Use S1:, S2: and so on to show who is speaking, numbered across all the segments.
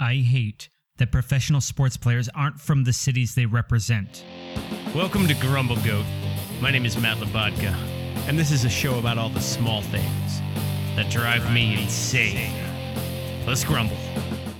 S1: I hate that professional sports players aren't from the cities they represent.
S2: Welcome to Grumble Goat. My name is Matt Labodka, and this is a show about all the small things that drive me insane. Let's grumble.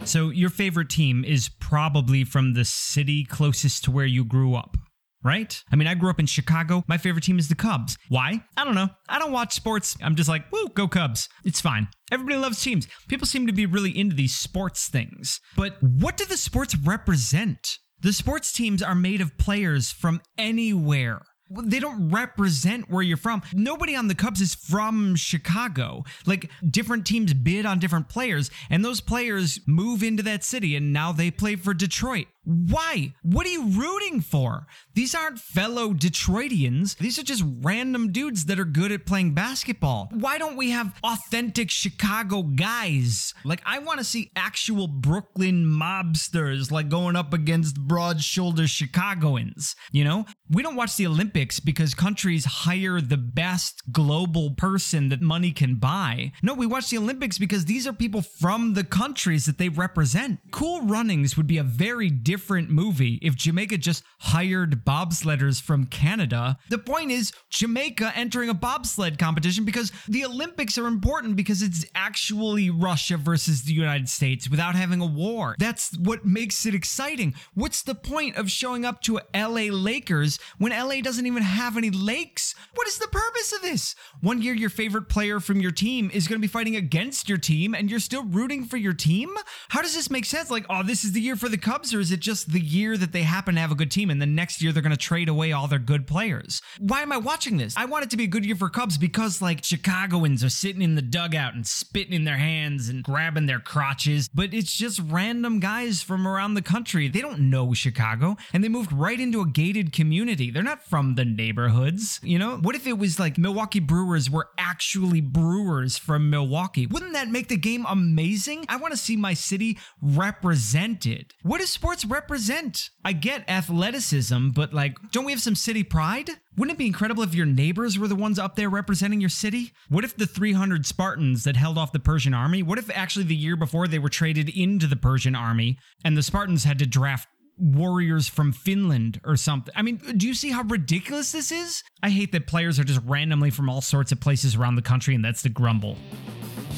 S1: So, your favorite team is probably from the city closest to where you grew up, right? I mean, I grew up in Chicago. My favorite team is the Cubs. Why? I don't know. I don't watch sports. I'm just like, woo, go Cubs. It's fine. Everybody loves teams. People seem to be really into these sports things. But what do the sports represent? The sports teams are made of players from anywhere they don't represent where you're from. Nobody on the Cubs is from Chicago. Like different teams bid on different players, and those players move into that city, and now they play for Detroit. Why? What are you rooting for? These aren't fellow Detroitians. These are just random dudes that are good at playing basketball. Why don't we have authentic Chicago guys? Like, I want to see actual Brooklyn mobsters, like going up against broad shoulder Chicagoans. You know, we don't watch the Olympics because countries hire the best global person that money can buy. No, we watch the Olympics because these are people from the countries that they represent. Cool Runnings would be a very different movie if Jamaica just hired bobsledders from Canada. The point is, Jamaica entering a bobsled competition because the Olympics are important because it's actually Russia versus the United States without having a war. That's what makes it exciting. What's the point of showing up to LA Lakers when LA doesn't even have any lakes? What is the purpose of this? One year, your favorite player from your team is going to be fighting against your team and you're still rooting for your team? How does this make sense? Like, oh, this is the year for the Cubs, or is it just the year that they happen to have a good team and the next year they're going to trade away all their good players? Why am I watching this? I want it to be a good year for Cubs because, like, Chicagoans are sitting in the dugout and spitting in their hands and grabbing their crotches, but it's just random guys from around the country. They don't know Chicago and they moved right into a gated community. They're not from the neighborhoods, you know? What if it was like Milwaukee Brewers were actually brewers from Milwaukee? Wouldn't that make the game amazing? I want to see my city represented. What does sports represent? I get athleticism, but like, don't we have some city pride? Wouldn't it be incredible if your neighbors were the ones up there representing your city? What if the 300 Spartans that held off the Persian army, what if actually the year before they were traded into the Persian army and the Spartans had to draft warriors from Finland or something. I mean, do you see how ridiculous this is? I hate that players are just randomly from all sorts of places around the country, and that's the grumble.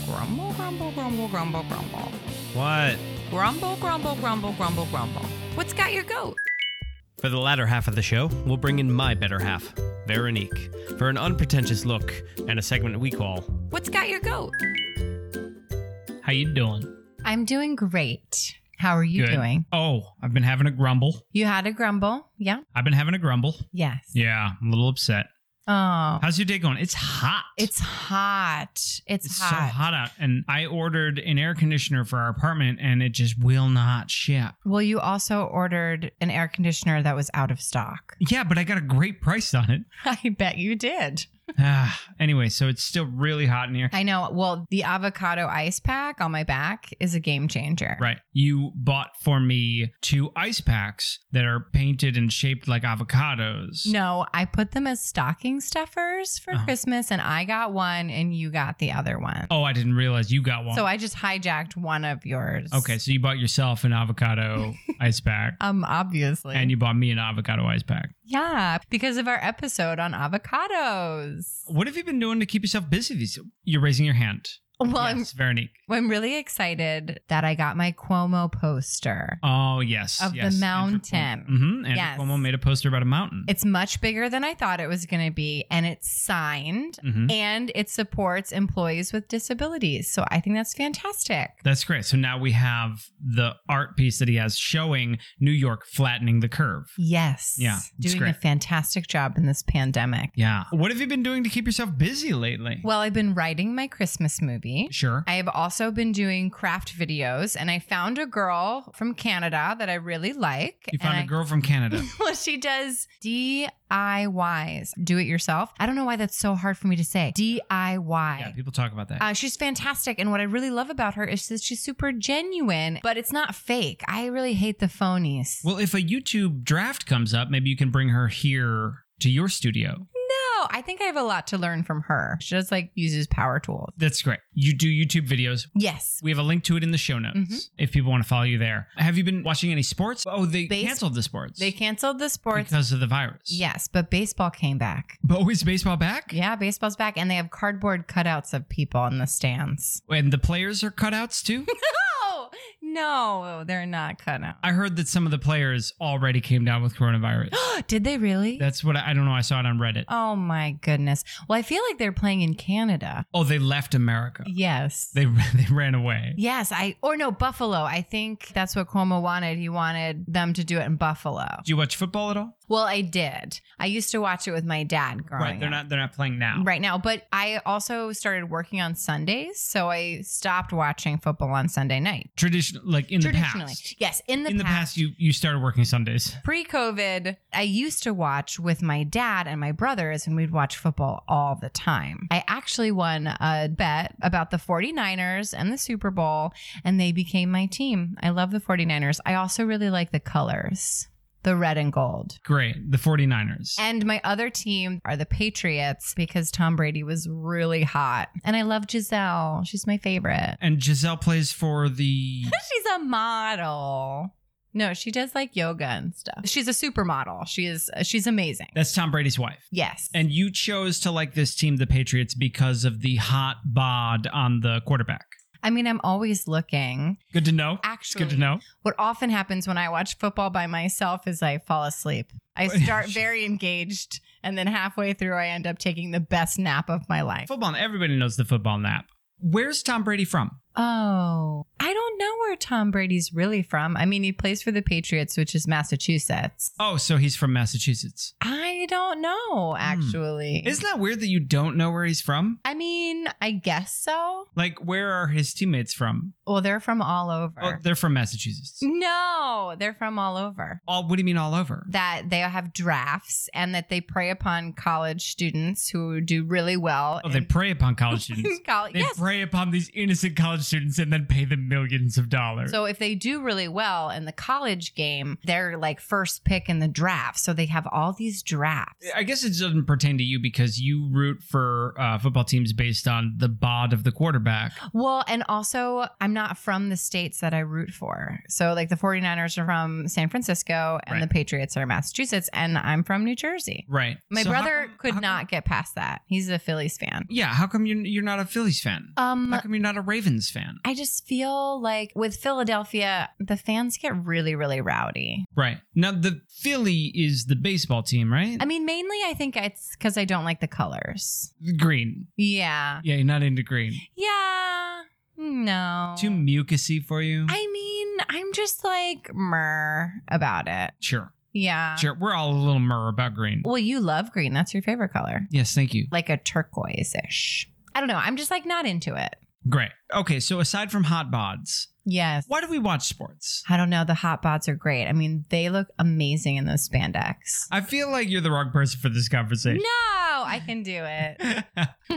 S3: Grumble, grumble, grumble, grumble, grumble.
S2: What?
S3: Grumble, grumble, grumble, grumble, grumble. What's got your goat?
S2: For the latter half of the show, we'll bring in my better half, Veronique, for an unpretentious look and a segment we call
S3: What's got your goat?
S1: How you doing?
S4: I'm doing great. How are you
S1: Good.
S4: doing?
S1: Oh, I've been having a grumble.
S4: You had a grumble. Yeah.
S1: I've been having a grumble.
S4: Yes.
S1: Yeah, I'm a little upset.
S4: Oh,
S1: How's your day going? It's hot.
S4: it's hot. It's,
S1: It's so
S4: hot.
S1: hot out, and I ordered an air conditioner for our apartment, and it just will not ship.
S4: Well, you also ordered an air conditioner that was out of stock.
S1: Yeah, but I got a great price on it.
S4: I bet you did.
S1: Ah, anyway, so it's still really hot in here.
S4: I know. Well, the avocado ice pack on my back is a game changer.
S1: Right. You bought for me two ice packs that are painted and shaped like avocados.
S4: No, I put them as stocking stuffers for
S1: Uh-huh.
S4: Christmas, and I got one, and you got the other one.
S1: Oh, I didn't realize you got one.
S4: So I just hijacked one of yours.
S1: okay, so you bought yourself an avocado ice pack
S4: Um, obviously.
S1: and you bought me an avocado ice pack.
S4: yeah, because of our episode on avocados.
S1: What have you been doing to keep yourself busy these You're raising your hand.
S4: Well,
S1: yes, Veronique.
S4: I'm, I'm really excited that I got my Cuomo poster.
S1: Oh, yes.
S4: Of the
S1: yes.
S4: mountain.
S1: Mm-hmm. Andrew
S4: Yes.
S1: Cuomo made a poster about a mountain.
S4: It's much bigger than I thought it was going to be, and it's signed
S1: Mhm.
S4: and it supports employees with disabilities. So I think that's fantastic.
S1: That's great. So now we have the art piece that he has showing New York flattening the curve.
S4: Yes.
S1: Yeah, it's
S4: Doing a
S1: great.
S4: fantastic job in this pandemic.
S1: Yeah. What have you been doing to keep yourself busy lately?
S4: Well, I've been writing my Christmas movie.
S1: sure.
S4: I have also been doing craft videos, and I found a girl from Canada that I really like.
S1: You found
S4: and
S1: a
S4: I-
S1: girl from Canada.
S4: well, she does DIYs, do it yourself. I don't know why that's so hard for me to say. DIY.
S1: yeah, people talk about that.
S4: Uh, she's fantastic. And what I really love about her is that she's super genuine, but it's not fake. I really hate the phonies.
S1: well, if a YouTube draft comes up, maybe you can bring her here to your studio.
S4: know. I think I have a lot to learn from her. She just like uses power tools.
S1: That's great. You do YouTube videos.
S4: Yes.
S1: We have a link to it in the show notes
S4: Mhm.
S1: if people want to follow you there. Have you been watching any sports? Oh, they
S4: Base-
S1: canceled the sports
S4: They canceled the sports.
S1: because of the virus.
S4: yes, but baseball came back.
S1: But is baseball back?
S4: Yeah, baseball's back, and they have cardboard cutouts of people in the stands.
S1: And the players are cutouts too?
S4: Oh, no, they're not cutouts.
S1: I heard that some of the players already came down with coronavirus.
S4: Did they really?
S1: That's what I, I don't know. I saw it on Reddit.
S4: oh my goodness. Well, I feel like they're playing in Canada.
S1: Oh, they left America.
S4: Yes.
S1: They they ran away.
S4: Yes, I or no Buffalo. I think that's what Cuomo wanted. He wanted them to do it in Buffalo.
S1: Do you watch football at all?
S4: Well, I did. I used to watch it with my dad growing
S1: Right, they're
S4: up.
S1: not they're not playing now.
S4: right now, but I also started working on Sundays, so I stopped watching football on Sunday night.
S1: Tradition like in the
S4: Traditionally,
S1: past.
S4: yes, in the
S1: in the past, you you started working Sundays.
S4: Pre-COVID, I used to watch with my dad and my brothers, and we'd watch football all the time. I actually won a bet about the 49ers and the Super Bowl, and they became my team. I love the 49ers. I also really like the colors, the red and gold.
S1: Great. The 49ers.
S4: And my other team are the Patriots because Tom Brady was really hot. And I love Giselle. She's my favorite.
S1: And Giselle plays for the
S4: She's a model. No, she does like yoga and stuff. She's a supermodel. She is she's amazing.
S1: That's Tom Brady's wife.
S4: Yes.
S1: And you chose to like this team, the Patriots, because of the hot bod on the quarterback.
S4: I mean, I'm always looking.
S1: Good to know. It's
S4: Actually,
S1: good to know.
S4: what often happens when I watch football by myself is I fall asleep. I start very engaged and then halfway through I end up taking the best nap of my life.
S1: Football. Everybody knows the football nap. Where's Tom Brady from?
S4: Oh, I don't know where Tom Brady's really from. I mean, he plays for the Patriots, which is Massachusetts.
S1: Oh, Hmm. so he's from Massachusetts.
S4: I don't know, actually.
S1: Isn't that weird that you don't know where he's from?
S4: I mean, I guess so.
S1: Like, where are his teammates from?
S4: Well, they're from all over.
S1: Oh, they're from Massachusetts.
S4: no, they're from all over.
S1: All what do you mean all over?
S4: That they have drafts and that they prey upon college students who do really well.
S1: Oh, they
S4: in-
S1: prey upon college students.
S4: in college.
S1: They
S4: Yes.
S1: prey upon these innocent college students and then pay them millions of dollars.
S4: So if they do really well in the college game, they're like first pick in the draft. So they have all these drafts.
S1: I guess it doesn't pertain to you because you root for uh, football teams based on the bod of the quarterback.
S4: Well, and also I'm not from the states that I root for. So like the 49ers are from San Francisco and
S1: Right.
S4: the Patriots are Massachusetts and I'm from New Jersey.
S1: Right.
S4: My
S1: So how
S4: brother
S1: come-
S4: could
S1: how
S4: not
S1: come-
S4: get past that. He's a Phillies fan.
S1: yeah. How come you're, you're not a Phillies fan?
S4: Um
S1: how come you're not a Ravens fan?
S4: I just feel like with Philadelphia, the fans get really, really rowdy.
S1: Right. Now, the Philly is the baseball team, right?
S4: I mean, mainly I think it's because I don't like the colors.
S1: green.
S4: Yeah.
S1: Yeah, you're not into green.
S4: Yeah. No.
S1: Too mucusy for you?
S4: Oh. I mean, I'm just like myrrh about it.
S1: sure.
S4: Yeah.
S1: Sure. We're all a little myrrh about green.
S4: Well, you love green. That's your favorite color.
S1: Yes, thank you.
S4: Like a turquoise ish. I don't know. I'm just like not into it.
S1: Great. Okay, so aside from hot bods,
S4: Yes.
S1: why do we watch sports?
S4: I don't know. The hot bods are great. I mean, they look amazing in those spandex.
S1: I feel like you're the wrong person for this
S4: No,
S1: conversation.
S4: I can do it.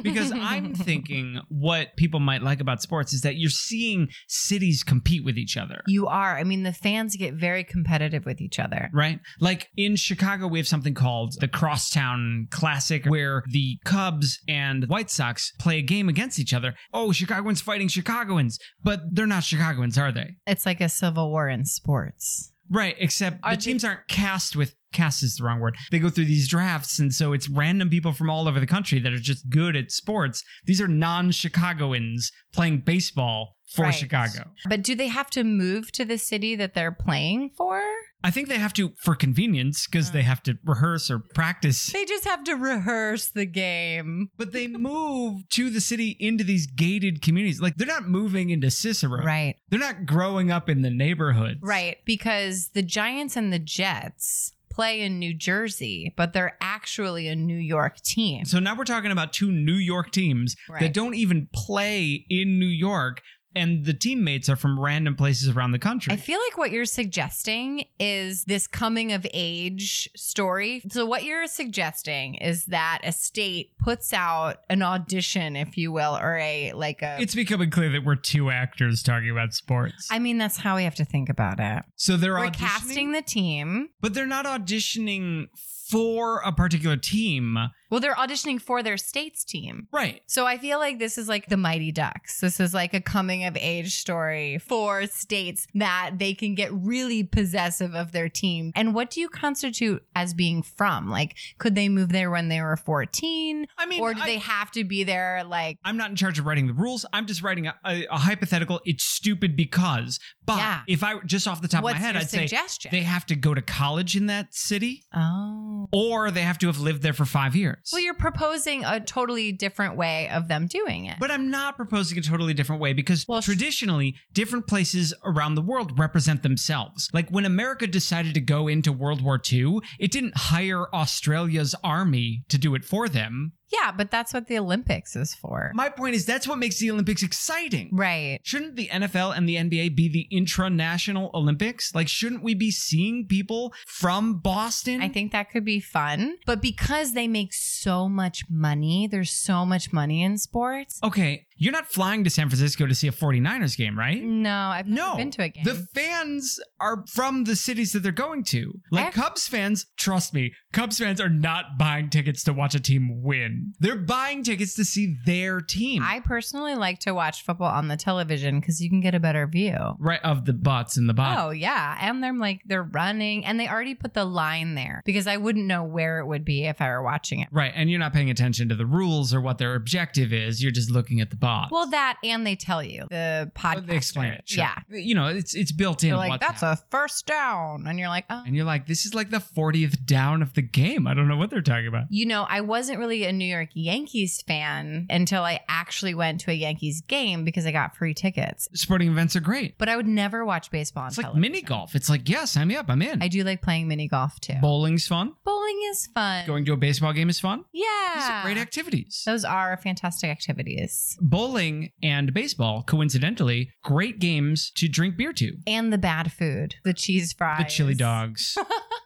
S1: because I'm thinking what people might like about sports is that you're seeing cities compete with each other.
S4: You are. I mean, the fans get very competitive with each other.
S1: Right? Like in Chicago, we have something called the Crosstown Classic, where the Cubs and White Sox play a game against each other. Oh, Chicagoans fighting Chicagoans, but they're not Chicagoans, are they?
S4: It's like a civil war in sports.
S1: Right, except
S4: Are
S1: the
S4: they-
S1: teams aren't cast with cast is the wrong word. They go through these drafts, and so it's random people from all over the country that are just good at sports. These are non-Chicagoans playing baseball for
S4: Right.
S1: Chicago.
S4: But do they have to move to the city that they're playing for?
S1: I think they have to for convenience because they have to rehearse or practice.
S4: Mm. They just have to rehearse the game.
S1: But they move to the city into these gated communities. Like they're not moving into Cicero.
S4: Right.
S1: They're not growing up in the neighborhoods.
S4: Right. Because the Giants and the Jets play in New Jersey, but they're actually a New York team.
S1: So now we're talking about two New York teams that
S4: Right.
S1: don't even play in New York, and the teammates are from random places around the country.
S4: I feel like what you're suggesting is this coming of age story. So, what you're suggesting is that a state puts out an audition, if you will, or a like a.
S1: it's becoming clear that we're two actors talking about sports.
S4: I mean, that's how we have to think about it.
S1: so they're
S4: We're
S1: auditioning,
S4: casting the team.
S1: but they're not auditioning for a particular team.
S4: Well, they're auditioning for their state's team.
S1: Right.
S4: So I feel like this is like the Mighty Ducks. This is like a coming of age story for states that they can get really possessive of their team. And what do you constitute as being from? Like, could they move there when they were 14?
S1: I mean,
S4: or do
S1: I-
S4: they have to be there like,
S1: I'm not in charge of writing the rules. I'm just writing a, a, a hypothetical. It's stupid because. But
S4: Yeah.
S1: if I just off the top
S4: what's
S1: of my head,
S4: your
S1: I'd say
S4: suggestion?
S1: they have to go to college in that city,
S4: oh.
S1: or they have to have lived there for five years.
S4: Well, you're proposing a totally different way of them doing it.
S1: but I'm not proposing a totally different way because
S4: Well, sh-
S1: traditionally, different places around the world represent themselves. Like when America decided to go into World War II, it didn't hire Australia's army to do it for them.
S4: yeah, but that's what the Olympics is for.
S1: My point is that's what makes the Olympics exciting.
S4: right.
S1: Shouldn't the NFL and the NBA be the intranational Olympics? Like, shouldn't we be seeing people from Boston?
S4: I think that could be fun. But because they make so much money, there's so much money in sports.
S1: Okay, you're not flying to San Francisco to see a 49ers game, right?
S4: No, I've never
S1: No.
S4: been to a game.
S1: The fans are from the cities that they're going to. Like
S4: I've-
S1: Cubs fans, trust me, Cubs fans are not buying tickets to watch a team win. They're buying tickets to see their team.
S4: I personally like to watch football on the television because you can get a better view.
S1: right of the butts and the bottom.
S4: Oh yeah, and they're like they're running, and they already put the line there because I wouldn't know where it would be if I were watching it.
S1: Right, and you're not paying attention to the rules or what their objective is. You're just looking at the bots.
S4: Well, that and they tell you the podcast.
S1: They explain it. sure.
S4: Yeah,
S1: You know, it's it's built in.
S4: they're like
S1: what's
S4: that's
S1: happening.
S4: a first down, and you're like, oh,
S1: and you're like, this is like the 40th down of the game. I don't know what they're talking about.
S4: You know, I wasn't really a New York Yankees fan until I actually went to a Yankees game because I got free tickets.
S1: Sporting events are great.
S4: But I would never watch baseball on
S1: It's like
S4: television.
S1: mini golf. It's like, yeah, sign me up. I'm in.
S4: I do like playing mini golf too.
S1: Bowling's fun.
S4: Bowling is fun.
S1: Going to a baseball game is fun. These
S4: yeah.
S1: are great activities.
S4: Those are fantastic activities.
S1: Bowling and baseball, coincidentally, great games to drink beer to.
S4: And the bad food, the cheese fries,
S1: The chili dogs,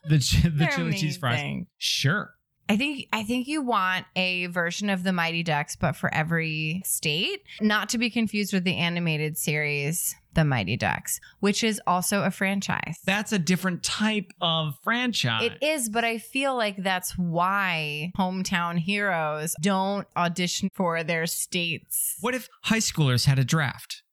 S1: the ch- the
S4: They're
S1: chili cheese fries.
S4: amazing.
S1: Sure.
S4: I think I think you want a version of the Mighty Ducks, but for every state, not to be confused with the animated series, The Mighty Ducks, which is also a franchise.
S1: That's a different type of franchise.
S4: It is, but I feel like that's why hometown heroes don't audition for their states.
S1: What if high schoolers had a draft?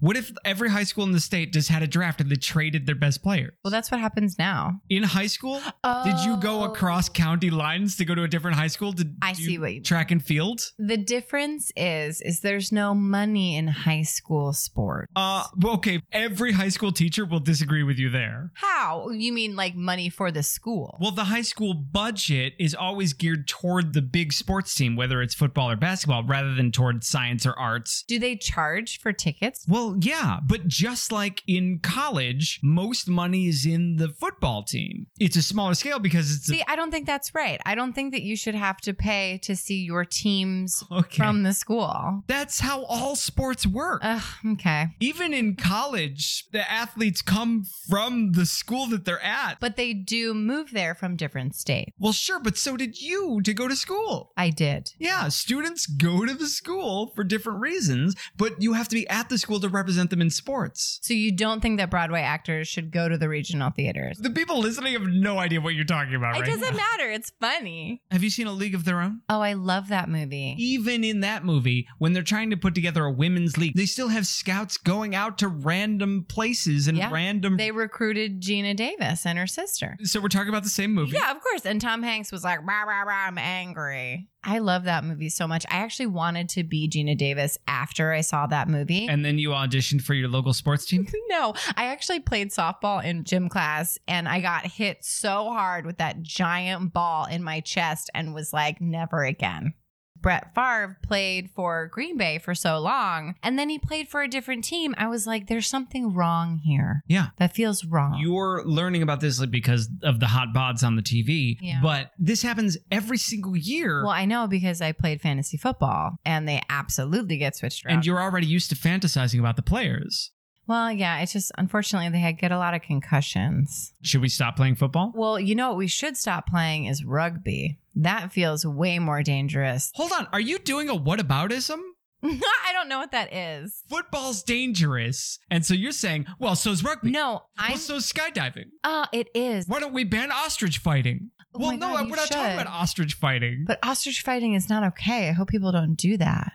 S1: What if every high school in the state just had a draft and they traded their best player?
S4: Well, that's what happens now. Oh,
S1: In high school, did you go across county lines to go to a different high school to
S4: I
S1: do
S4: see what you mean.
S1: track and field?
S4: The difference is, is there's no money in high school sports.
S1: Uh, well, okay. Every high school teacher will disagree with you there.
S4: How? You mean like money for the school?
S1: Well, the high school budget is always geared toward the big sports team, whether it's football or basketball, rather than toward science or arts.
S4: Do they charge for tickets?
S1: Well, yeah, but just like in college, most money is in the football team. It's a smaller scale because it's a
S4: See, I don't think that's right. I don't think that you should have to pay to see your teams
S1: Okay.
S4: from Uh, the school.
S1: That's how all sports work.
S4: Ugh, okay.
S1: Even in college, the athletes come from the school that they're at.
S4: But they do move there from different states.
S1: well, sure, but so did you to go to school.
S4: I did.
S1: Yeah, students go to the school for different reasons, but you have to be at the school to represent them in sports.
S4: So you don't think that Broadway actors should go to the regional theaters?
S1: The people listening have no idea what you're talking about
S4: It
S1: right
S4: doesn't
S1: now.
S4: matter. It's funny.
S1: Have you seen A League of Their Own?
S4: Oh, I love that movie.
S1: even in that movie, when they're trying to put together a women's league, they still have scouts going out to random places and
S4: Yeah.
S1: random.
S4: They recruited Gina Davis and her sister.
S1: so we're talking about the same movie.
S4: Yeah, of course. And Tom Hanks was like, rah, rah, rah, I'm angry. I love that movie so much. I actually wanted to be Gina Davis after I saw that movie.
S1: And then you auditioned for your local sports team.
S4: no, I actually played softball in gym class and I got hit so hard with that giant ball in my chest and was like, never again. Brett Favre played for Green Bay for so long and then he played for a different team. I was like, there's something wrong here.
S1: Yeah.
S4: That feels wrong.
S1: You're learning about this because of the hot bods on the TV,
S4: Yeah.
S1: but this happens every single year.
S4: well, I know because I played fantasy football and they absolutely get switched around.
S1: and you're already used to fantasizing about the players.
S4: well, yeah, it's just unfortunately they had get a lot of concussions.
S1: Should we stop playing football?
S4: Well, you know what we should stop playing is rugby. That feels way more dangerous.
S1: Hold on. Are you doing a whataboutism?
S4: I don't know what that is.
S1: Football's dangerous. And so you're saying, well, so's rugby.
S4: No,
S1: Well,
S4: I.
S1: so's skydiving.
S4: Uh, it is.
S1: Why don't we ban ostrich fighting?
S4: Oh
S5: well,
S4: my
S5: no,
S4: God, you
S5: we're not talking
S4: should.
S5: about ostrich fighting.
S4: But ostrich fighting is not okay. I hope people don't do that.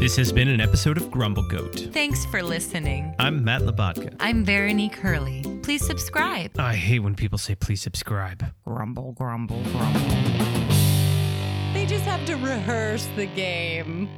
S1: This has been an episode of Grumble Goat.
S6: Thanks for listening.
S1: I'm Matt Labatka.
S6: I'm Veronique Hurley. Please subscribe.
S1: I hate when people say please subscribe.
S6: Grumble, grumble, grumble.
S4: They just have to rehearse the game.